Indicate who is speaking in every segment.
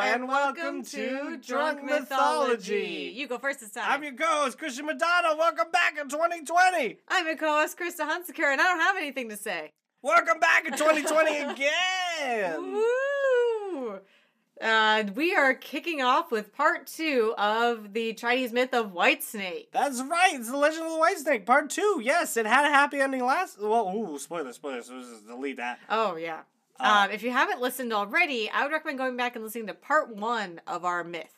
Speaker 1: And welcome to Drunk Mythology.
Speaker 2: You go first this time.
Speaker 1: I'm your co-host, Christian Madonna. Welcome back in 2020.
Speaker 2: I'm your co-host Krista Hunsaker, and I don't have anything to say.
Speaker 1: Welcome back in 2020 again.
Speaker 2: Woo! Uh, we are kicking off with part two of the Chinese myth of Whitesnake.
Speaker 1: That's right. It's the Legend of the White Snake, Part Two. Yes, it had a happy ending last. Well, ooh, spoilers, spoilers. Let's just delete that.
Speaker 2: Oh yeah.
Speaker 1: Uh,
Speaker 2: um, if you haven't listened already, I would recommend going back and listening to part one of our myth.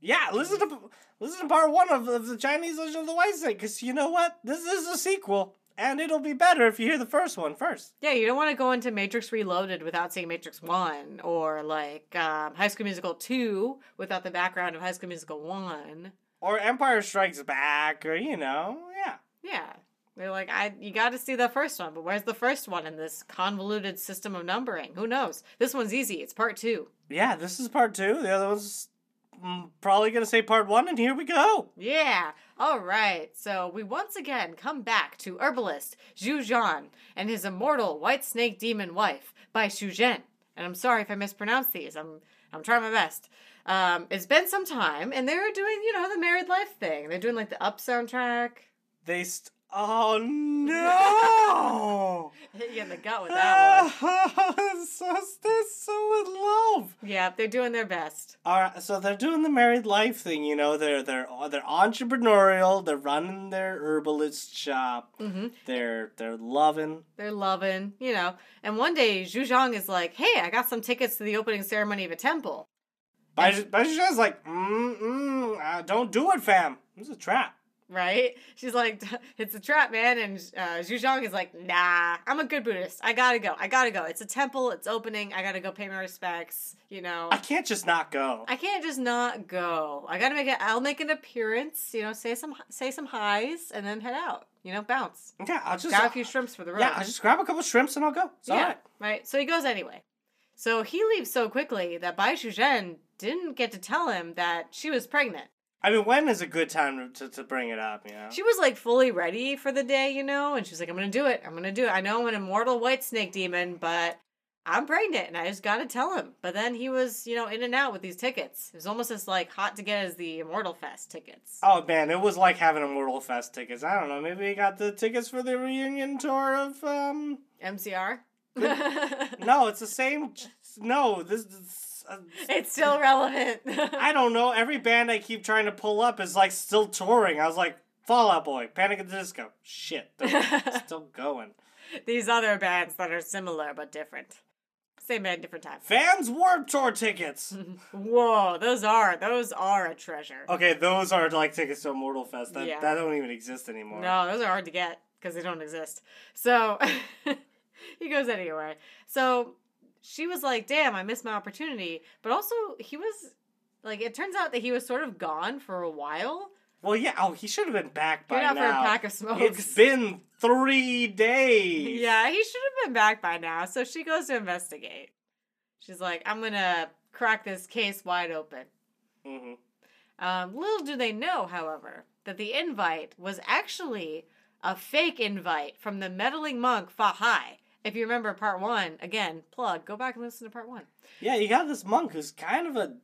Speaker 1: Yeah, listen to listen to part one of, of the Chinese Legend of the White Snake because you know what? This is a sequel, and it'll be better if you hear the first one first.
Speaker 2: Yeah, you don't want to go into Matrix Reloaded without seeing Matrix One, or like um, High School Musical Two without the background of High School Musical One.
Speaker 1: Or Empire Strikes Back, or you know, yeah.
Speaker 2: Yeah, they're like, I you got to see the first one, but where's the first one in this convoluted system of numbering? Who knows? This one's easy. It's part two.
Speaker 1: Yeah, this is part two. The other one's mm, probably gonna say part one, and here we go.
Speaker 2: Yeah. All right. So we once again come back to herbalist Zhu Zhan and his immortal white snake demon wife by Xu Zhen. And I'm sorry if I mispronounced these. I'm I'm trying my best. Um, it's been some time, and they're doing you know the married life thing. They're doing like the up soundtrack.
Speaker 1: They st- oh no!
Speaker 2: Hit you in the gut with that one.
Speaker 1: it's so they're so in love.
Speaker 2: Yeah, they're doing their best.
Speaker 1: All right, so they're doing the married life thing, you know. They're they're oh, they're entrepreneurial. They're running their herbalist shop.
Speaker 2: Mm-hmm.
Speaker 1: They're they're loving.
Speaker 2: They're loving, you know. And one day, Zhu Zhang is like, "Hey, I got some tickets to the opening ceremony of a temple."
Speaker 1: Baiju- Baiju's like, mm mm, uh, don't do it, fam. This is a trap.
Speaker 2: right? She's like, it's a trap, man. And uh, Zhu Zhang is like, nah, I'm a good Buddhist. I gotta go. I gotta go. It's a temple. It's opening. I gotta go pay my respects. You know,
Speaker 1: I can't just not go.
Speaker 2: I can't just not go. I gotta make it. I'll make an appearance. You know, say some say some highs and then head out. You know, bounce.
Speaker 1: yeah, I'll just
Speaker 2: Got a few shrimps for the road.
Speaker 1: yeah, I'll just grab a couple shrimps and I'll go. It's all
Speaker 2: Yeah,
Speaker 1: right.
Speaker 2: right. So he goes anyway. So he leaves so quickly that Bai Zhen didn't get to tell him that she was pregnant.
Speaker 1: I mean, when is a good time to, to bring it up? You know,
Speaker 2: She was like fully ready for the day, you know, and she's like, I'm gonna do it. I'm gonna do it. I know I'm an immortal white snake demon, but I'm pregnant and I just gotta tell him. But then he was, you know, in and out with these tickets. It was almost as like hot to get as the Immortal Fest tickets.
Speaker 1: oh man, it was like having Immortal Fest tickets. I don't know. Maybe he got the tickets for the reunion tour of um.
Speaker 2: MCR.
Speaker 1: No, it's the same. No, this. this uh,
Speaker 2: it's still relevant.
Speaker 1: I don't know. Every band I keep trying to pull up is like still touring. I was like, Fallout Boy, Panic at the Disco. Shit, they're still going.
Speaker 2: these other bands that are similar but different. Same band, different time.
Speaker 1: Fans Warp Tour tickets.
Speaker 2: Whoa, those are those are a treasure.
Speaker 1: Okay, those are like tickets to Immortal Fest. That
Speaker 2: Yeah.
Speaker 1: that don't even exist anymore.
Speaker 2: No, those are hard to get because they don't exist. So he goes anyway. So she was like, "Damn, I missed my opportunity." But also, he was like, it turns out that he was sort of gone for a while.
Speaker 1: Well, yeah. Oh, he should have been back by
Speaker 2: Get out for a
Speaker 1: now.
Speaker 2: pack of smokes.
Speaker 1: It's been three days.
Speaker 2: yeah, he should have been back by now. So she goes to investigate. She's like, "I'm gonna crack this case wide open."
Speaker 1: hmm
Speaker 2: Um, little do they know, however, that the invite was actually a fake invite from the meddling monk Fahai. If you remember part one, again, plug, go back and listen to part one.
Speaker 1: Yeah, you got this monk who's kind of a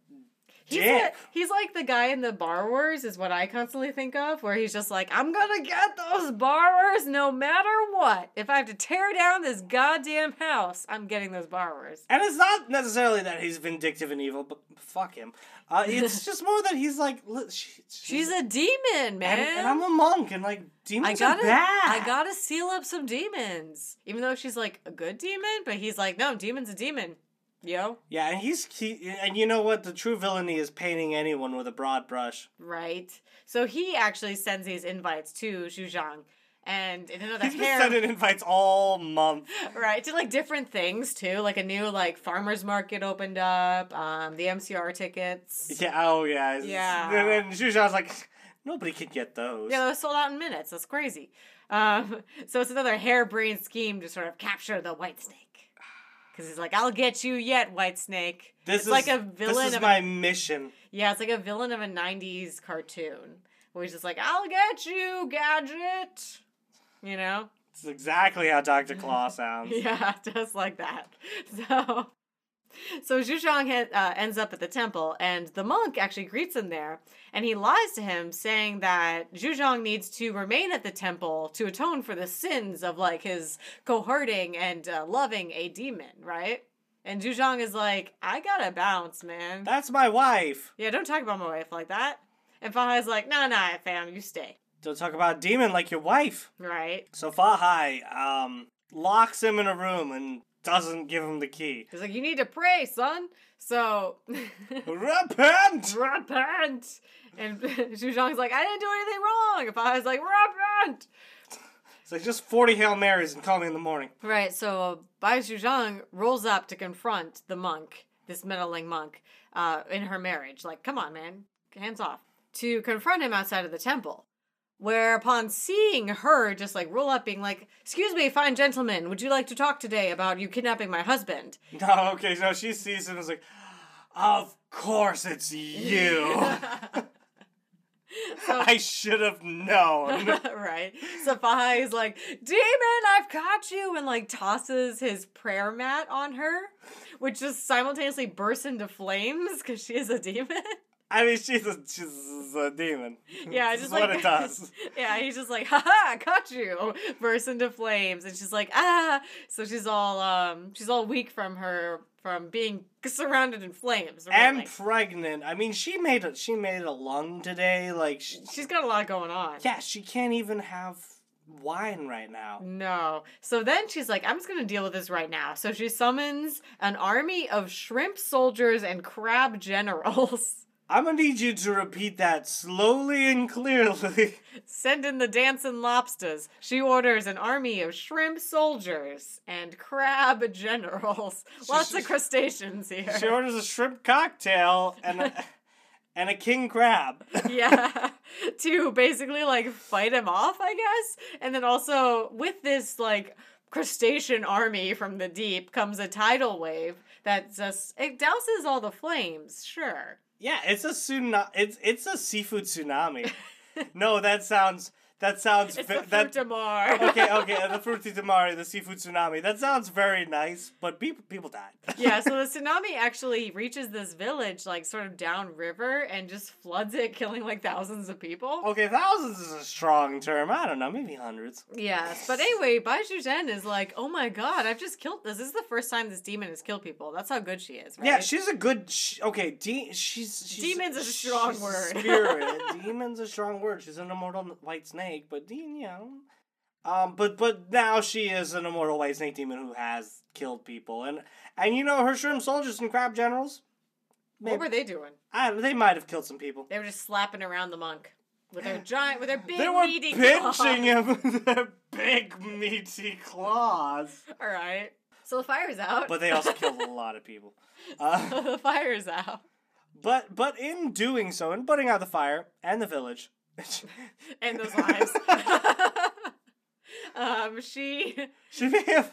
Speaker 2: He's,
Speaker 1: Dick.
Speaker 2: like, he's like the guy in the borrowers, is what I constantly think of, where he's just like, I'm gonna get those borrowers no matter what. If I have to tear down this goddamn house, I'm getting those borrowers.
Speaker 1: And it's not necessarily that he's vindictive and evil, but fuck him. Uh, it's just more that he's like, look, she,
Speaker 2: She's a demon, man.
Speaker 1: and, and I'm a monk, and like
Speaker 2: I
Speaker 1: demons
Speaker 2: gotta,
Speaker 1: are bad.
Speaker 2: I gotta seal up some demons. Even though she's like a good demon, but he's like, no, demon's a demon. Yo,
Speaker 1: yeah, and he's he, and you know what? The true villainy is painting anyone with a broad brush.
Speaker 2: right? So he actually sends these invites to Xu Zhang, and in another
Speaker 1: He's been sending
Speaker 2: harem,
Speaker 1: invites all month.
Speaker 2: right? To like different things too, like a new like farmers market opened up, um, the MCR tickets.
Speaker 1: Yeah. Oh yeah. it's-
Speaker 2: Yeah.
Speaker 1: And then Zhuzhan's like, nobody can get those.
Speaker 2: Yeah, those sold out in minutes. That's crazy. Um, so it's another harebrained scheme to sort of capture the white snake. Because he's like, I'll get you yet, white snake.
Speaker 1: this
Speaker 2: it's
Speaker 1: is
Speaker 2: like a villain
Speaker 1: This is
Speaker 2: of a
Speaker 1: my mission.
Speaker 2: Yeah, it's like a villain of a 90s cartoon where he's just like, I'll get you, gadget. You know?
Speaker 1: It's exactly how Doctor Claw sounds.
Speaker 2: Yeah, just like that. So So Zhuzhong ha- uh, ends up at the temple, and the monk actually greets him there, and he lies to him, saying that Zhuzhong needs to remain at the temple to atone for the sins of like his cohorting and uh, loving a demon, right? And Zhuzhong is like, I gotta bounce, man.
Speaker 1: That's my wife.
Speaker 2: Yeah, don't talk about my wife like that. And Fahai's like, Nah, nah, fam, you stay,
Speaker 1: Don't talk about a demon like your wife.
Speaker 2: right?
Speaker 1: So Fahai um, locks him in a room and doesn't give him the key.
Speaker 2: He's like, You need to pray, son. So
Speaker 1: Repent!
Speaker 2: repent. And Zhuzhong's like, I didn't do anything wrong. If I was like, repent.
Speaker 1: It's like just 40 Hail Marys and call me in the morning.
Speaker 2: Right, so Bai Zhuzhong rolls up to confront the monk, this meddling monk, uh, in her marriage. Like, come on, man, hands off. To confront him outside of the temple. Whereupon seeing her just like roll up, being like, Excuse me, fine gentleman, would you like to talk today about you kidnapping my husband?
Speaker 1: No, okay, no, she sees him and is like, Of course it's you.
Speaker 2: So-
Speaker 1: I should have known.
Speaker 2: right. So Faha is like, Demon, I've caught you, and like tosses his prayer mat on her, which just simultaneously bursts into flames because she is a demon.
Speaker 1: I mean, she's a, she's a demon.
Speaker 2: Yeah, I
Speaker 1: This
Speaker 2: just
Speaker 1: is
Speaker 2: like
Speaker 1: what it does.
Speaker 2: yeah, he's just like, haha, caught you, bursts into flames, and she's like, ah. So she's all um, she's all weak from her from being surrounded in flames. Really.
Speaker 1: And pregnant. I mean, she made a she made a lung today. Like, she,
Speaker 2: she's got a lot going on.
Speaker 1: yeah, she can't even have wine right now.
Speaker 2: No. So then she's like, I'm just going to deal with this right now. So she summons an army of shrimp soldiers and crab generals.
Speaker 1: I'm gonna need you to repeat that slowly and clearly.
Speaker 2: Send in the dancing lobsters. She orders an army of shrimp soldiers and crab generals. Lots of crustaceans here.
Speaker 1: she orders a shrimp cocktail and a, and a king crab.
Speaker 2: yeah to basically like fight him off i guess and then also with this like crustacean army from the deep comes a tidal wave that just it douses all the flames sure
Speaker 1: Yeah, it's a tsunami. It's it's a seafood tsunami. no, that sounds that sounds
Speaker 2: it's
Speaker 1: ve-
Speaker 2: the
Speaker 1: that
Speaker 2: fruit of mar
Speaker 1: okay, okay, uh, the fruity tamari, the seafood tsunami. That sounds very nice, but people people died.
Speaker 2: yeah so the tsunami actually reaches this village like sort of downriver and just floods it killing like thousands of people
Speaker 1: okay, thousands is a strong term. I don't know, maybe hundreds.
Speaker 2: Yes, but anyway, Bai Zhen is like, oh my god, I've just killed this. This is the first time this demon has killed people. That's how good she is, right?
Speaker 1: Yeah, she's a good. Sh- okay, de- she's, she's
Speaker 2: Demon's a strong
Speaker 1: she's
Speaker 2: word.
Speaker 1: spirit. Demon's a strong word. She's an immortal white snake, but de- you know, um, but but now she is an immortal white snake demon who has killed people, and and you know her shrimp soldiers and crab generals.
Speaker 2: what
Speaker 1: Maybe
Speaker 2: were they doing?
Speaker 1: I, they might have killed some people.
Speaker 2: They were just slapping around the monk with their giant, with their big,
Speaker 1: They were
Speaker 2: meaty
Speaker 1: pinching
Speaker 2: claws.
Speaker 1: him with their big meaty claws.
Speaker 2: All right. So the fire's out.
Speaker 1: But they also killed a lot of people. Uh,
Speaker 2: the fire's out.
Speaker 1: but but in doing so, in putting out the fire and the village,
Speaker 2: And those lives. um, she.
Speaker 1: she may have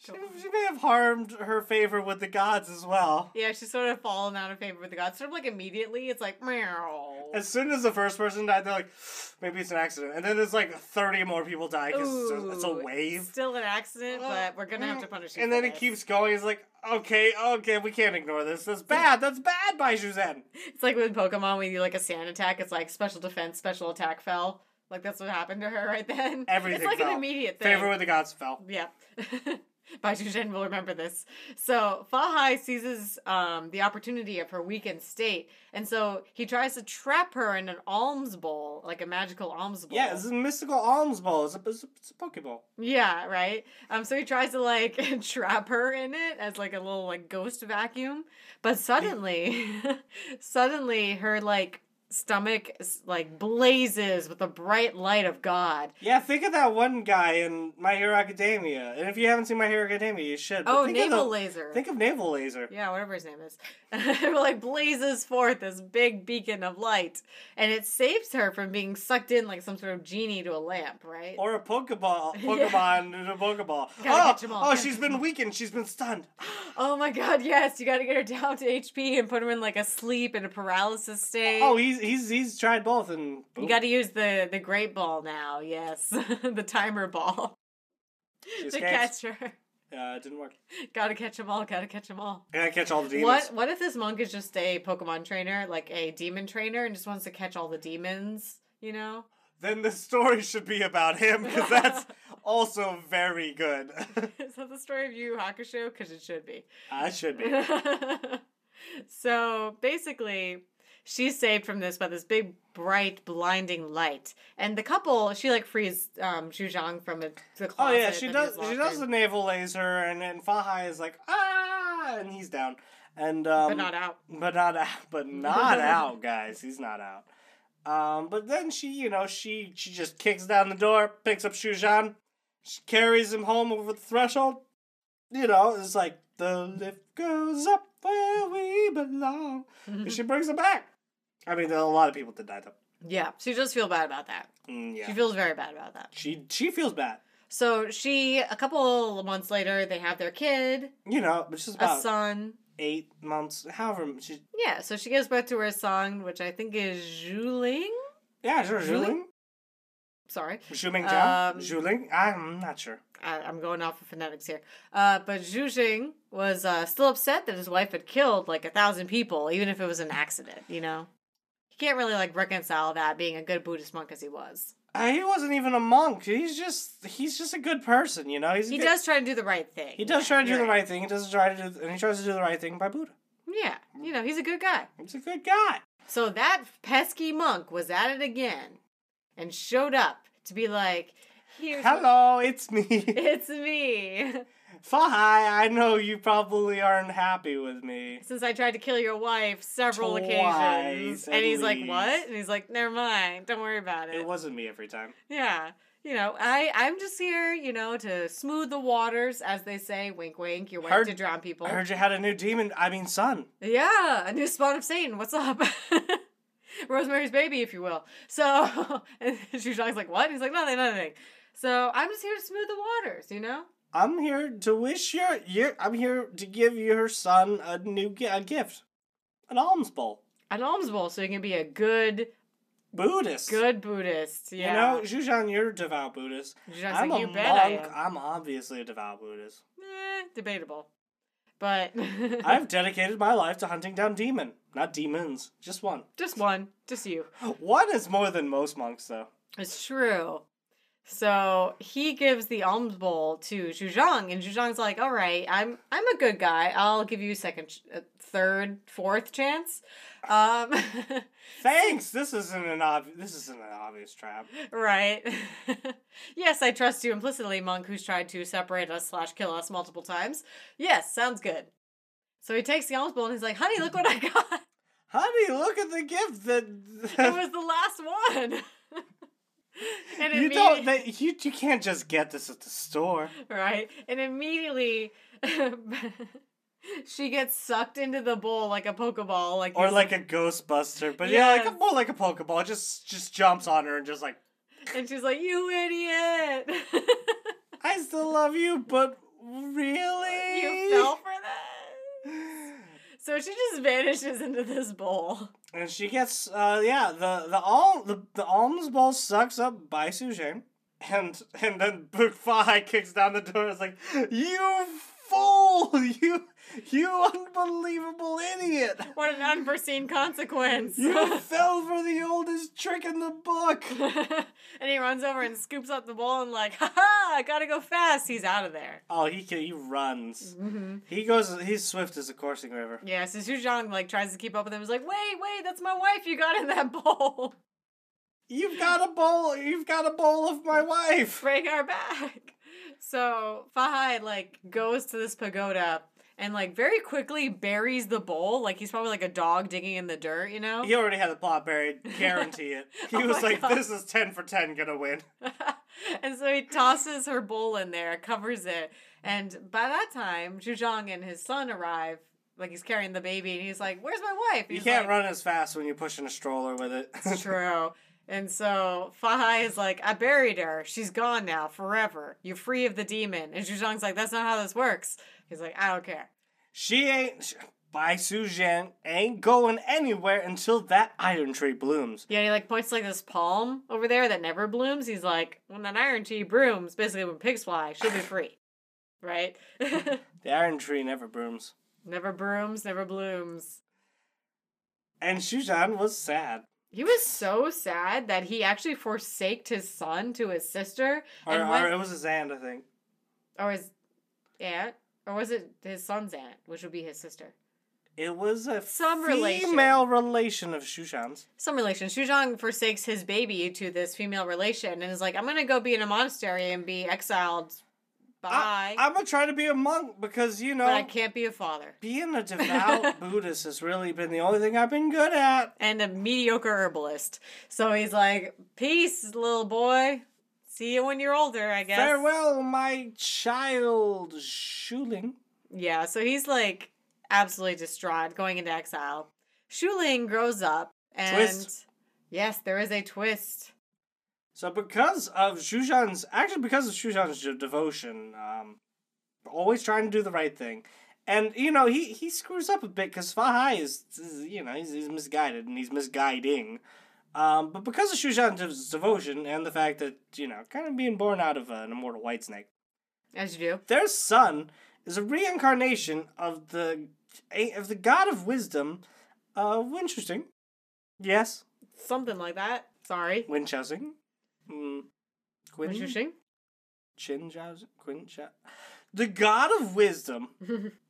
Speaker 1: she, she may have harmed her favor with the gods as well.
Speaker 2: Yeah, she's sort of fallen out of favor with the gods. Sort of like immediately, it's like, meow.
Speaker 1: As soon as the first person died, they're like, maybe it's an accident, and then there's like thirty more people die because it's, a- it's a
Speaker 2: Ooh,
Speaker 1: wave. Mm.
Speaker 2: Still an accident, but we're gonna have to punish you.
Speaker 1: Uh, mm-hmm. And
Speaker 2: for
Speaker 1: then it
Speaker 2: this.
Speaker 1: keeps going. It's like, okay, okay, we can't ignore this. That's bad. That's bad by Suzanne.
Speaker 2: It's like with Pokemon when you do like a sand attack, it's like special defense, special attack fell. Like that's what happened to her right then.
Speaker 1: Everything
Speaker 2: It's like
Speaker 1: fell.
Speaker 2: an immediate thing.
Speaker 1: Favor with the gods fell.
Speaker 2: Yeah. Bai Zhen will remember this. So Fahai seizes um, the opportunity of her weakened state, and so he tries to trap her in an alms bowl, like a magical alms bowl.
Speaker 1: Yeah, it's a mystical alms bowl. It's a, it's a, it's a Pokeball.
Speaker 2: Yeah, right. Um, so he tries to like trap her in it as like a little like ghost vacuum, but suddenly, suddenly her like stomach s- like blazes with the bright light of God.
Speaker 1: Yeah, think of that one guy in My Hero Academia. And if you haven't seen My Hero Academia, you should. but
Speaker 2: Oh,
Speaker 1: think
Speaker 2: navel
Speaker 1: of the-
Speaker 2: laser.
Speaker 1: Think of Naval Laser.
Speaker 2: yeah, whatever his name is, it like blazes forth this big beacon of light, and it saves her from being sucked in like some sort of genie to a lamp, right?
Speaker 1: Or a Pokeball.
Speaker 2: Yeah.
Speaker 1: Pokemon in a Pokeball.
Speaker 2: Gotta
Speaker 1: oh,
Speaker 2: catch 'em all,
Speaker 1: oh
Speaker 2: gotta
Speaker 1: she's
Speaker 2: catch
Speaker 1: been weakened. She's been stunned.
Speaker 2: oh my God, yes! You got to get her down to HP and put her in like a sleep and a paralysis state.
Speaker 1: Oh, he's he's he's tried both and boom,
Speaker 2: You got to use the the great ball now. Yes, the timer ball
Speaker 1: she
Speaker 2: to
Speaker 1: escapes.
Speaker 2: catch her.
Speaker 1: Uh, it didn't work.
Speaker 2: Gotta catch 'em all. Gotta catch 'em all.
Speaker 1: And I catch all the demons.
Speaker 2: What What if this monk is just a Pokemon trainer, like a demon trainer, and just wants to catch all the demons? You know,
Speaker 1: Then the story should be about him because that's also very good.
Speaker 2: is that the story of Yu Yu Hakusho? Because it should be.
Speaker 1: I should be.
Speaker 2: so basically, she's saved from this by this big, bright, blinding light, and the couple she like frees um, Zhuzhang from a, the
Speaker 1: Oh
Speaker 2: closet.
Speaker 1: yeah, she
Speaker 2: that
Speaker 1: does.
Speaker 2: he's
Speaker 1: She
Speaker 2: locked
Speaker 1: does
Speaker 2: in,
Speaker 1: the navel laser, and and Fahai is like ah, and he's down, and um,
Speaker 2: but not out.
Speaker 1: but not out, but not out, guys. He's not out. Um, but then she, you know, she she just kicks down the door, picks up Shujan, she carries him home over the threshold. You know, it's like the lift goes up where we belong. And she brings him back. I mean, there are a lot of people did that. though.
Speaker 2: Yeah, she does feel bad about that.
Speaker 1: Mm,
Speaker 2: She
Speaker 1: yeah,
Speaker 2: feels very bad about that.
Speaker 1: she she feels bad.
Speaker 2: So she, a couple of months later, they have their kid,
Speaker 1: You know, but she's
Speaker 2: a
Speaker 1: about
Speaker 2: son.
Speaker 1: eight months, however she
Speaker 2: Yeah, so she gives birth to her son, which I think is Zhuling.
Speaker 1: Yeah, sure, Zhuling.
Speaker 2: Zhuling? Sorry,
Speaker 1: Zhuling Zhang?
Speaker 2: Um,
Speaker 1: Zhuling? I'm not sure.
Speaker 2: I, I'm going off of phonetics here. Uh, but Zhu Jing was uh, still upset that his wife had killed like a thousand people, even if it was an accident, you know? He can't really like reconcile that being a good Buddhist monk as he was.
Speaker 1: Uh, he wasn't even a monk. He's just he's just a good person, you know. He's a
Speaker 2: He
Speaker 1: good-
Speaker 2: does try to do the right thing.
Speaker 1: He does
Speaker 2: Yeah,
Speaker 1: try to do
Speaker 2: you're
Speaker 1: the
Speaker 2: right.
Speaker 1: right thing. He does try to do, and he tries to do the right thing by Buddha.
Speaker 2: Yeah, you know, he's a good guy.
Speaker 1: He's a good guy.
Speaker 2: So that pesky monk was at it again and showed up to be like, Here's
Speaker 1: Hello, it's me,
Speaker 2: It's me.
Speaker 1: Fahai. I know you probably aren't happy with me.
Speaker 2: Since I tried to kill your wife several
Speaker 1: Twice,
Speaker 2: occasions.
Speaker 1: at
Speaker 2: And he's like,
Speaker 1: least.
Speaker 2: What? And he's like, Never mind. Don't worry about it.
Speaker 1: It wasn't me every time.
Speaker 2: yeah. You know, I, I'm just here, you know, to smooth the waters, as they say, wink wink, your wife
Speaker 1: Heard-
Speaker 2: to drown people.
Speaker 1: I heard you had a new demon. I mean, son.
Speaker 2: Yeah, a new spawn of Satan. What's up? Rosemary's baby, if you will. So, and Shushan's like, what? He's like, nothing, nothing. So, I'm just here to smooth the waters, you know?
Speaker 1: I'm here to wish your your. I'm here to give your son a new gi- a gift, an alms bowl.
Speaker 2: An alms bowl, so you can be a good,
Speaker 1: Buddhist.
Speaker 2: good Buddhist.
Speaker 1: You
Speaker 2: Yeah.
Speaker 1: know, Zhuzhan, you're a devout Buddhist.
Speaker 2: Shushan's
Speaker 1: I'm
Speaker 2: like,
Speaker 1: a
Speaker 2: you bet I
Speaker 1: monk.
Speaker 2: am.
Speaker 1: I'm obviously a devout Buddhist.
Speaker 2: Eh, debatable. But,
Speaker 1: I've dedicated my life to hunting down demon, not demons, just one.
Speaker 2: just one. Just you.
Speaker 1: One is more than most monks, though.
Speaker 2: It's true. So he gives the alms bowl to Zhuzhang, and Zhuzhang's like, "All right, I'm I'm a good guy. I'll give you a second, ch- a third, fourth chance." Um,
Speaker 1: Thanks. This isn't an obvious. This isn't an obvious trap.
Speaker 2: right? yes, I trust you implicitly, monk, who's tried to separate us slash kill us multiple times. Yes, sounds good. So he takes the alms bowl and he's like, "Honey, look what I got!
Speaker 1: Honey, look at the gift that
Speaker 2: It was the last one." and
Speaker 1: you
Speaker 2: immedi-
Speaker 1: don't. That you you can't just get this at the store.
Speaker 2: right? And immediately she gets sucked into the bowl like a Pokeball, like
Speaker 1: Or
Speaker 2: this-
Speaker 1: like a Ghostbuster, but yeah, like a,
Speaker 2: Yes.
Speaker 1: more like a Pokeball. It Just just jumps on her and just like,
Speaker 2: and she's like, "You idiot!
Speaker 1: I still love you, but really,
Speaker 2: you fell for that." So she just vanishes into this bowl.
Speaker 1: And she gets, uh, yeah, the the all the, the alms ball sucks up by Sujin, and and then Book Fahai kicks down the door. It's like, you fool, you you unbelievable idiot,
Speaker 2: What an unforeseen consequence!
Speaker 1: you fell for the oldest trick in the book.
Speaker 2: and he runs over and scoops up the bowl and like, "Ha ha! I gotta go fast." He's out of there.
Speaker 1: Oh, he ca- he runs.
Speaker 2: Mm-hmm.
Speaker 1: He goes. He's swift as a coursing river.
Speaker 2: Yeah, so Zhuzhang like tries to keep up with him. He's like, "Wait, wait! That's my wife! You got in that bowl!
Speaker 1: You've got a bowl. You've got a bowl of my wife.
Speaker 2: break our back. So Fahai like goes to this pagoda and like very quickly buries the bowl. Like he's probably like a dog digging in the dirt, you know?
Speaker 1: He already had the plot buried. Guarantee it. He
Speaker 2: Oh
Speaker 1: was
Speaker 2: my
Speaker 1: like,
Speaker 2: God.
Speaker 1: "This is ten for ten. Gonna win."
Speaker 2: and so he tosses her bowl in there, covers it, and by that time, Zhuzhang and his son arrive. Like he's carrying the baby, and he's like, "Where's my wife?"
Speaker 1: You
Speaker 2: He's
Speaker 1: can't
Speaker 2: like,
Speaker 1: run as fast when you're pushing a stroller with it.
Speaker 2: It's true. And so Fahai is like, I buried her. She's gone now forever. You're free of the demon. And Zhuzhang's like, that's not how this works. He's like, I don't care.
Speaker 1: she ain't. sh- Bai Suzhan ain't going anywhere until that iron tree blooms.
Speaker 2: Yeah, he like points to, like this palm over there that never blooms. He's like, when that iron tree blooms, basically when pigs fly, she'll be free. right?
Speaker 1: The iron tree never brooms.
Speaker 2: never brooms, never blooms.
Speaker 1: And Shushan was sad.
Speaker 2: He was so sad that he actually forsaked his son to his sister
Speaker 1: Or,
Speaker 2: And
Speaker 1: or
Speaker 2: when-
Speaker 1: it was his aunt, I think.
Speaker 2: or his aunt, or was it his son's aunt, which would be his sister?
Speaker 1: It was a
Speaker 2: Some relation.
Speaker 1: female relation of Shushan's.
Speaker 2: Some relation. Shuzhong forsakes his baby to this female relation and is like, I'm gonna go be in a monastery and be exiled. Bye.
Speaker 1: I, I'm gonna try to be a monk because you know
Speaker 2: but I can't be a father.
Speaker 1: being a devout Buddhist has really been the only thing I've been good at.
Speaker 2: And a mediocre herbalist. So he's like, Peace, little boy. See you when you're older, I guess.
Speaker 1: Farewell, my child Shuling.
Speaker 2: Yeah, so he's like absolutely distraught, going into exile. Shuling grows up and
Speaker 1: Twist.
Speaker 2: yes, there is a twist.
Speaker 1: So because of Shushan's actually because of Shushan's de- devotion, um, always trying to do the right thing. And you know he, he screws up a bit because Fahai is, is you know he's, he's misguided and he's misguiding, um, but because of Shushan's devotion and the fact that you know kind of being born out of an immortal white snake,
Speaker 2: As you do.
Speaker 1: their son is a reincarnation of the of the god of wisdom uh Winchesting. Yes,
Speaker 2: Something like that. Sorry.
Speaker 1: Winchesting. Mm. Quin-
Speaker 2: Interesting.
Speaker 1: Chinjaz Quincha. The god of wisdom.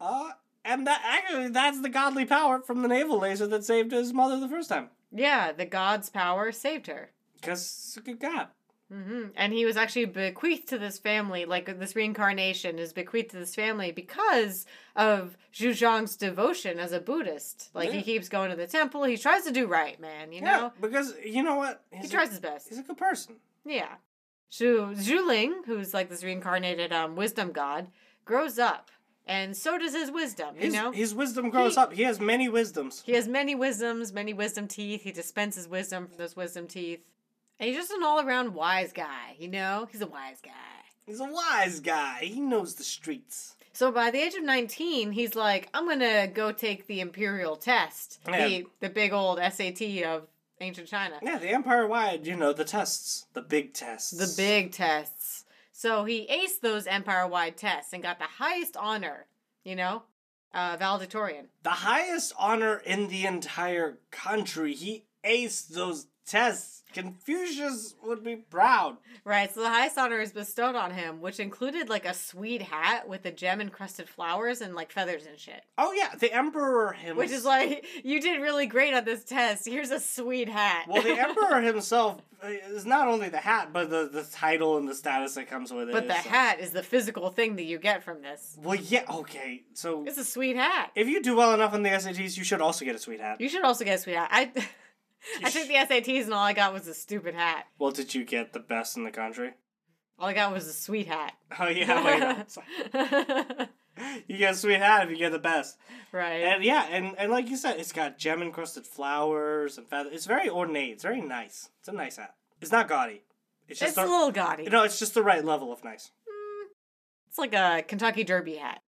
Speaker 1: uh and that actually that's the godly power from the navel laser that saved his mother the first time.
Speaker 2: Yeah, the god's power saved her.
Speaker 1: Cuz it's a good god.
Speaker 2: hmm And he was actually bequeathed to this family, like this reincarnation is bequeathed to this family because of Zhu Zhang's devotion as a Buddhist. Like
Speaker 1: Yeah.
Speaker 2: he keeps going to the temple. He tries to do right, man. You
Speaker 1: yeah,
Speaker 2: know,
Speaker 1: because you know what? He's
Speaker 2: he
Speaker 1: a-
Speaker 2: tries his best.
Speaker 1: He's a good person.
Speaker 2: Yeah. Zhu Zhuling, who's like this reincarnated um, wisdom god, grows up, and so does his wisdom.
Speaker 1: His,
Speaker 2: you know,
Speaker 1: his wisdom grows up. He has many wisdoms.
Speaker 2: he has many wisdoms, many wisdom teeth. He dispenses wisdom from those wisdom teeth, and he's just an all-around wise guy. You know, he's a wise guy.
Speaker 1: He's a wise guy. He knows the streets.
Speaker 2: So by the age of nineteen, he's like, I'm gonna go take the imperial test,
Speaker 1: Yeah.
Speaker 2: the the big old SAT of ancient China.
Speaker 1: Yeah, the empire wide, you know, the tests, the big tests.
Speaker 2: The big tests. So he aced those empire wide tests and got the highest honor, you know, uh, valedictorian.
Speaker 1: the highest honor in the entire country. He aced those tests. Confucius would be proud.
Speaker 2: Right, so the highest honor is bestowed on him, which included like a sweet hat with a gem encrusted flowers and like feathers and shit.
Speaker 1: Oh yeah, the emperor himself.
Speaker 2: Which is like, you did really great on this test. Here's a sweet hat.
Speaker 1: well, the emperor himself uh, is not only the hat, but the, the title and the status that comes with it.
Speaker 2: but the
Speaker 1: So-
Speaker 2: hat is the physical thing that you get from this.
Speaker 1: Well, yeah, okay. So
Speaker 2: It's a sweet hat.
Speaker 1: if you do well enough on the SATs, you should also get a sweet hat.
Speaker 2: You should also get a sweet hat. I, I took the SATs and all I got was a stupid hat.
Speaker 1: Well, did you get the best in the country?
Speaker 2: All I got was a sweet hat.
Speaker 1: Oh yeah, wait. no, sorry. You get a sweet hat if you get the best.
Speaker 2: right.
Speaker 1: And yeah, and, and like you said, it's got gem encrusted flowers and feathers. It's very ornate. It's very nice. It's a nice hat. It's not gaudy. It's just
Speaker 2: it's a
Speaker 1: the,
Speaker 2: little gaudy.
Speaker 1: no. It's just the right level of nice.
Speaker 2: It's like a Kentucky Derby hat.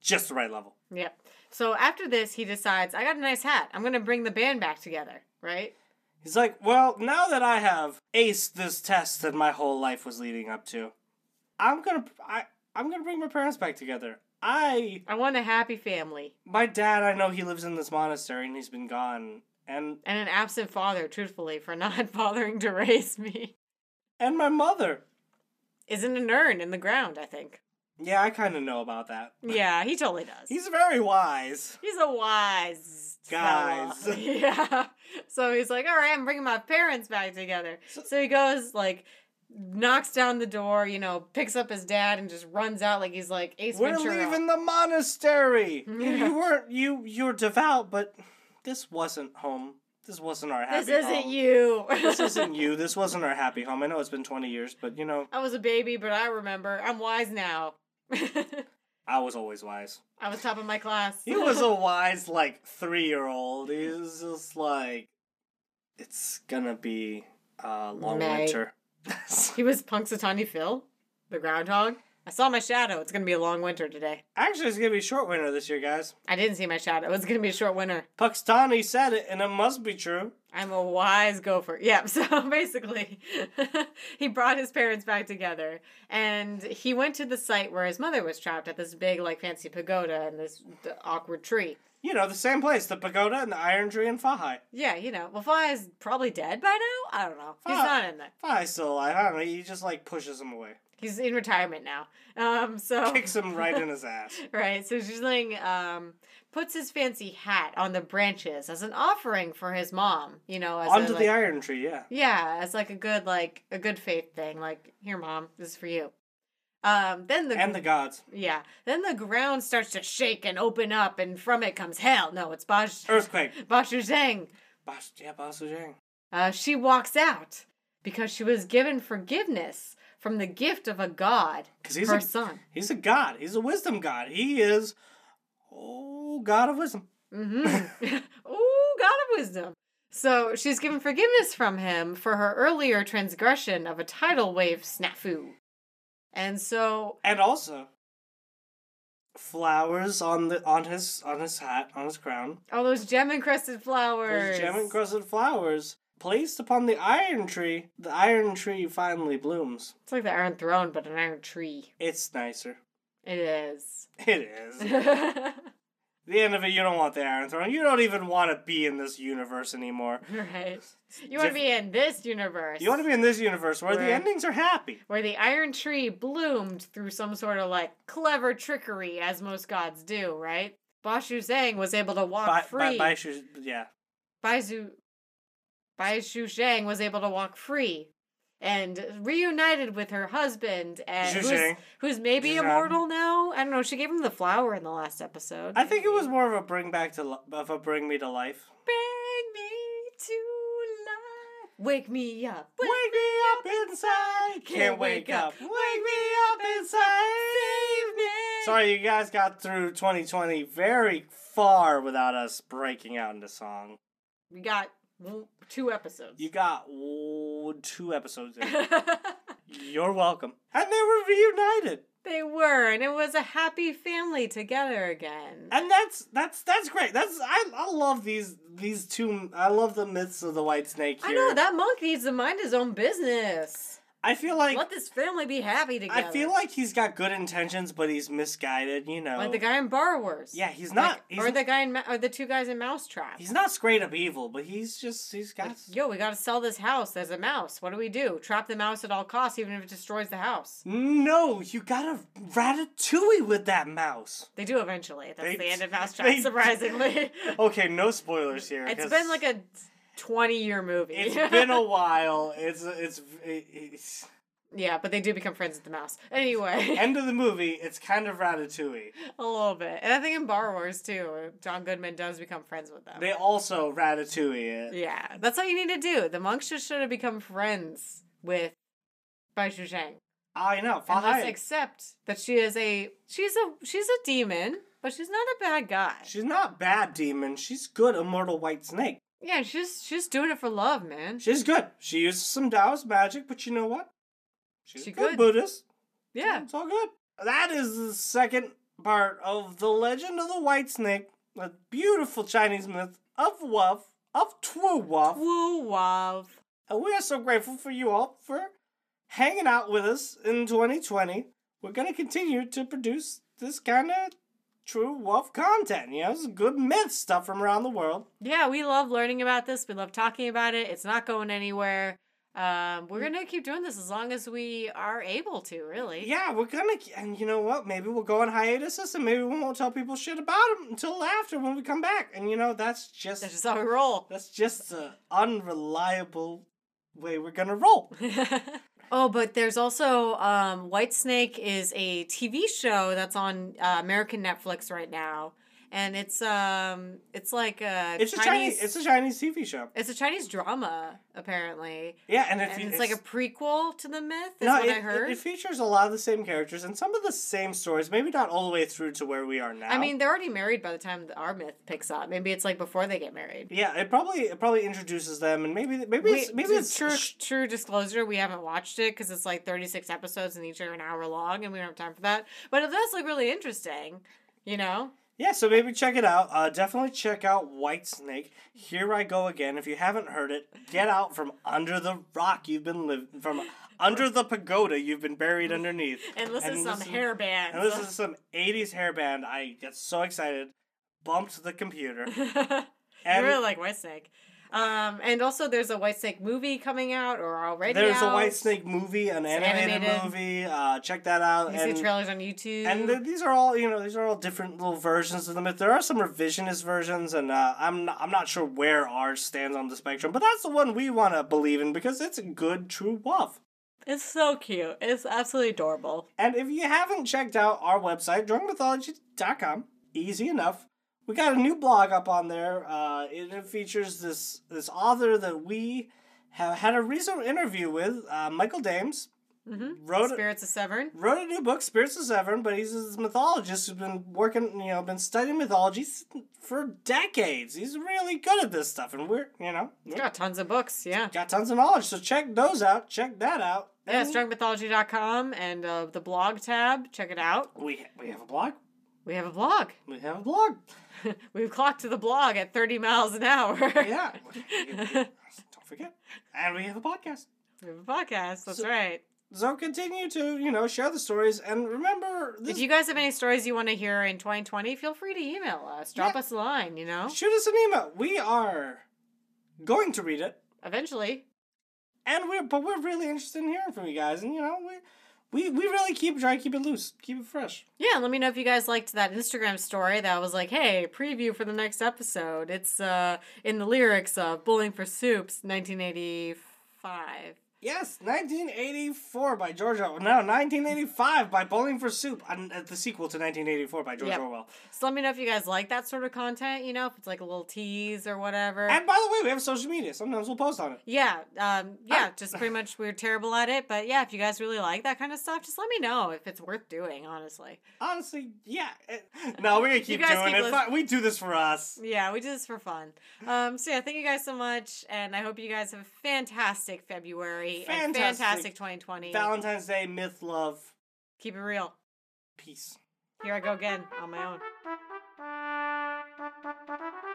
Speaker 1: Just the right level.
Speaker 2: Yep. So after this, he decides, I got a nice hat. I'm going to bring the band back together, right?
Speaker 1: He's like, well, now that I have aced this test that my whole life was leading up to, I'm gonna I I'm gonna bring my parents back together. I
Speaker 2: I want a happy family
Speaker 1: my dad. I know he lives in this monastery and he's been gone. And
Speaker 2: and an absent father, truthfully, for not bothering to raise me.
Speaker 1: and my mother.
Speaker 2: Is in an urn in the ground, I think.
Speaker 1: Yeah, I kind of know about that.
Speaker 2: Yeah, he totally does.
Speaker 1: He's very wise.
Speaker 2: He's a wise fella.
Speaker 1: Guys.
Speaker 2: yeah. So he's like, all right, I'm bringing my parents back together. So he goes, like, knocks down the door, you know, picks up his dad and just runs out like he's like Ace
Speaker 1: We're
Speaker 2: Ventura.
Speaker 1: leaving the monastery. You-
Speaker 2: Yeah.
Speaker 1: You weren't you you're devout, but this wasn't home. This wasn't our happy
Speaker 2: this isn't
Speaker 1: home.
Speaker 2: you.
Speaker 1: This isn't you. This wasn't our happy home. I know it's been 20 years, but you know,
Speaker 2: I was a baby, but I remember. I'm wise now. I
Speaker 1: I was always wise.
Speaker 2: was top of my class.
Speaker 1: He was a wise like 3-year-old. He was just like it's gonna be a long
Speaker 2: May.
Speaker 1: winter.
Speaker 2: he was Punxsutawney Phil, the groundhog. I saw my shadow. It's gonna be a long winter today.
Speaker 1: Actually, it's gonna be a short winter this year, guys.
Speaker 2: I didn't see my shadow. It's gonna be a short winter.
Speaker 1: Puxtani said it, and it must be true.
Speaker 2: I'm a wise gopher. Yep. So basically, he brought his parents back together and he went to the site where his mother was trapped at this big, like, fancy pagoda and this d- awkward tree.
Speaker 1: You know, the same place, the pagoda and the iron tree in Fahai.
Speaker 2: Yeah, you know. Well, Fly is probably dead by now. I don't know. He's
Speaker 1: Fuck.
Speaker 2: not in there.
Speaker 1: Fahai's still alive. I don't know. He just like pushes him away,
Speaker 2: He's in retirement now. Um, so
Speaker 1: kicks him right in his ass.
Speaker 2: Right, so Zhizling um puts his fancy hat on the branches as an offering for his mom. You know, as
Speaker 1: Onto
Speaker 2: a,
Speaker 1: the
Speaker 2: like-
Speaker 1: iron tree, yeah.
Speaker 2: yeah, as like a good like a good faith thing. Like here, mom, this is for you. Um, then the
Speaker 1: And the gods.
Speaker 2: yeah, then the ground starts to shake and open up, and from it comes hell. No, it's Bash
Speaker 1: Earthquake.
Speaker 2: Bashu Zhang.
Speaker 1: Bas- yeah, Basu Zhang.
Speaker 2: Uh, she walks out because she was given forgiveness from the gift of a god,
Speaker 1: 'Cause he's
Speaker 2: her
Speaker 1: a-
Speaker 2: son.
Speaker 1: He's a god. He's a wisdom god. He is, oh, god of wisdom.
Speaker 2: Mm-hmm. Ooh, God of wisdom. So she's given forgiveness from him for her earlier transgression of a tidal wave snafu. And so,
Speaker 1: And also, flowers on the on his on his hat on his crown.
Speaker 2: all those gem encrusted flowers.
Speaker 1: Those gem encrusted flowers placed upon the iron tree. The iron tree finally blooms.
Speaker 2: It's like the Iron Throne, but an iron tree.
Speaker 1: It's nicer.
Speaker 2: It is.
Speaker 1: It is. the end of it, you don't want the Iron Throne. You don't even want to be in this universe anymore.
Speaker 2: right. You want to
Speaker 1: Diff-
Speaker 2: be in this universe.
Speaker 1: You want to be in this universe where the
Speaker 2: Where-
Speaker 1: endings are happy.
Speaker 2: where the iron tree bloomed through some sort of like clever trickery, as most gods do, right? Bashu Zhang was able to walk
Speaker 1: By, by,
Speaker 2: free.
Speaker 1: by, shoes- yeah.
Speaker 2: Baizu Baizu Zhang was able to walk free and reunited with her husband and
Speaker 1: Zhu
Speaker 2: who's,
Speaker 1: Zhang.
Speaker 2: who's maybe
Speaker 1: Zhu Zhang.
Speaker 2: immortal now. I don't know. She gave him the flower in the last episode.
Speaker 1: I think it was more of a bring back to li- of a bring me to life.
Speaker 2: Bring me to life. Wake me up.
Speaker 1: Wake
Speaker 2: Wake
Speaker 1: me up inside. Can't wake up. Wake me up inside.
Speaker 2: me.
Speaker 1: Sorry, you guys got through 2020 very far without us breaking out into song.
Speaker 2: We got w- two episodes.
Speaker 1: You got oh, two episodes in. You're welcome. And they were reunited.
Speaker 2: they were, and it was a happy family together again.
Speaker 1: And that's that's that's great. That's I, I love these these two. I love the myths of the white snake here.
Speaker 2: I know that monk needs to mind his own business.
Speaker 1: I feel like
Speaker 2: Let this family be happy together.
Speaker 1: I feel like he's got good intentions, but he's misguided. You know.
Speaker 2: like the guy in Borrowers.
Speaker 1: yeah, he's
Speaker 2: Like-
Speaker 1: not. he's,
Speaker 2: or the guy in Ma- or the two guys in Mousetrap.
Speaker 1: he's not straight up evil, but he's just he's got.
Speaker 2: Like, Yo, we gotta sell this house. There's a mouse. What do we do? Trap the mouse at all costs, even if it destroys the house.
Speaker 1: no, you got a ratatouille with that mouse.
Speaker 2: They do eventually. That's
Speaker 1: They-
Speaker 2: the end of Mousetrap,
Speaker 1: they-
Speaker 2: surprisingly.
Speaker 1: Okay, no spoilers here.
Speaker 2: it's
Speaker 1: 'cause
Speaker 2: been like a twenty-year movie.
Speaker 1: It's been a while. It's it's, it's
Speaker 2: yeah, but they do become friends with the mouse anyway.
Speaker 1: end of the movie. It's kind of ratatouille.
Speaker 2: a little bit, and I think in Borrowers too, John Goodman does become friends with them.
Speaker 1: They also ratatouille it.
Speaker 2: Yeah, that's all you need to do. The monks just should have become friends with Bai Zhang.
Speaker 1: I know.
Speaker 2: And
Speaker 1: Fahai.
Speaker 2: let's accept that she is a she's a she's a demon, but she's not a bad guy.
Speaker 1: She's not bad, demon. She's good, immortal white snake.
Speaker 2: yeah, she's she's doing it for love, man.
Speaker 1: She's good. She uses some Taoist magic, but you know what? She's
Speaker 2: She
Speaker 1: a good,
Speaker 2: good.
Speaker 1: Buddhist.
Speaker 2: yeah,
Speaker 1: It's all good. That is the second part of the legend of the white snake, a beautiful Chinese myth of Wuff, of Twu Wuff.
Speaker 2: woo wow.
Speaker 1: And we are so grateful for you all for hanging out with us in 2020. We're going to continue to produce this kind of true Wuff content. You know, it's good myth stuff from around the world.
Speaker 2: Yeah, we love learning about this. We love talking about it. It's not going anywhere. Um, we're gonna keep doing this as long as we are able to. Really.
Speaker 1: Yeah, we're gonna, and you know what? Maybe we'll go on hiatuses, and maybe we won't tell people shit about them until after when we come back. And you know, that's just
Speaker 2: That's just how we roll.
Speaker 1: that's just an unreliable way we're gonna roll.
Speaker 2: oh, but there's also um, White Snake is a TV show that's on uh, American Netflix right now, and it's um it's like a
Speaker 1: It's a Chinese, it's a Chinese TV show.
Speaker 2: it's a Chinese drama apparently,
Speaker 1: Yeah, and, if
Speaker 2: and
Speaker 1: you-
Speaker 2: it's, like a prequel to the myth. Is
Speaker 1: no,
Speaker 2: what
Speaker 1: it,
Speaker 2: I
Speaker 1: it-
Speaker 2: heard.
Speaker 1: It, features a lot of the same characters and some of the same stories. Maybe not all the way through to where we are now.
Speaker 2: I mean, they're already married by the time our myth picks up. Maybe it's like before they get married.
Speaker 1: yeah, it probably it probably introduces them, and maybe
Speaker 2: We,
Speaker 1: maybe it's, maybe it's
Speaker 2: true, true disclosure. We haven't watched it because it's like 36 episodes and each are an hour long, and we don't have time for that. But that's like really interesting, you know?
Speaker 1: Yeah, so maybe check it out. Uh, definitely check out White Snake. Here I go again. If you haven't heard it, get out from under the rock you've been living from under the pagoda you've been buried underneath.
Speaker 2: And listen to some
Speaker 1: listen-
Speaker 2: hair bands.
Speaker 1: And this is some '80s hairband. I got so excited, bumped the computer.
Speaker 2: I
Speaker 1: And
Speaker 2: really like White Snake. Um, and also there's a White Snake movie coming out or already
Speaker 1: there's a
Speaker 2: out.
Speaker 1: White Snake movie, an animated,
Speaker 2: animated.
Speaker 1: movie. Uh, check that out.
Speaker 2: You
Speaker 1: and
Speaker 2: see trailers on YouTube.
Speaker 1: and th- these are all you know these are all different little versions of the myth there are some revisionist versions and uh, i'm not, i'm not sure where ours stands on the spectrum but that's the one we want to believe in because it's good true love
Speaker 2: it's so cute. It's absolutely adorable.
Speaker 1: and if you haven't checked out our website drunkmythology.com easy enough we got a new blog up on there uh, it, it features this this author that we have had a recent interview with uh, michael dames
Speaker 2: Mhm.
Speaker 1: wrote
Speaker 2: Spirits of Severn.
Speaker 1: wrote a new book, Spirits of Severn, but he's this mythologist who's been working, you know, been studying mythology s- for decades. He's really good at this stuff, and we're, you know,
Speaker 2: It's
Speaker 1: we've
Speaker 2: got tons of books, yeah.
Speaker 1: got tons of knowledge. So check those out. Check that out.
Speaker 2: Yeah,
Speaker 1: And
Speaker 2: strongmythology.com and uh, the blog tab. Check it out.
Speaker 1: we ha- we have a blog.
Speaker 2: We have a blog.
Speaker 1: We have a blog.
Speaker 2: We've clocked to the blog at 30 miles an hour.
Speaker 1: Yeah. Don't forget. And we have a podcast.
Speaker 2: We have a podcast, that's
Speaker 1: So-
Speaker 2: right.
Speaker 1: So continue to, you know, share the stories and remember
Speaker 2: If
Speaker 1: this
Speaker 2: you guys have any stories you want to hear in 2020, feel free to email us. Drop
Speaker 1: Yeah.
Speaker 2: us a line, you know?
Speaker 1: shoot us an email. We are going to read it.
Speaker 2: Eventually.
Speaker 1: and we're but we're really interested in hearing from you guys and you know we we, we really keep trying to keep it loose keep it fresh
Speaker 2: Yeah, let me know if you guys liked that Instagram story that was like, hey, preview for the next episode. It's uh, in the lyrics of Bowling for Soups, 1985.
Speaker 1: yes 1984 by george orwell no 1985 by bowling for soup and uh, the sequel to 1984 by george
Speaker 2: Yep.
Speaker 1: orwell
Speaker 2: So let me know if you guys like that sort of content, you know, if it's like a little tease or whatever.
Speaker 1: and by the way we have social media sometimes we'll post on it
Speaker 2: yeah, um, yeah, just pretty much we're terrible at it. But yeah, if you guys really like that kind of stuff, just let me know if it's worth doing, honestly.
Speaker 1: honestly yeah eh, no we're gonna keep
Speaker 2: guys
Speaker 1: doing
Speaker 2: keep
Speaker 1: it
Speaker 2: lis-
Speaker 1: Fi- we do this for us
Speaker 2: Yeah, we do this for fun. Um, so yeah, thank you guys so much, and I hope you guys have a fantastic February and
Speaker 1: Fantastic
Speaker 2: fantastic 2020.
Speaker 1: valentine's day myth love
Speaker 2: Keep it real.
Speaker 1: peace
Speaker 2: Here I go again on my own.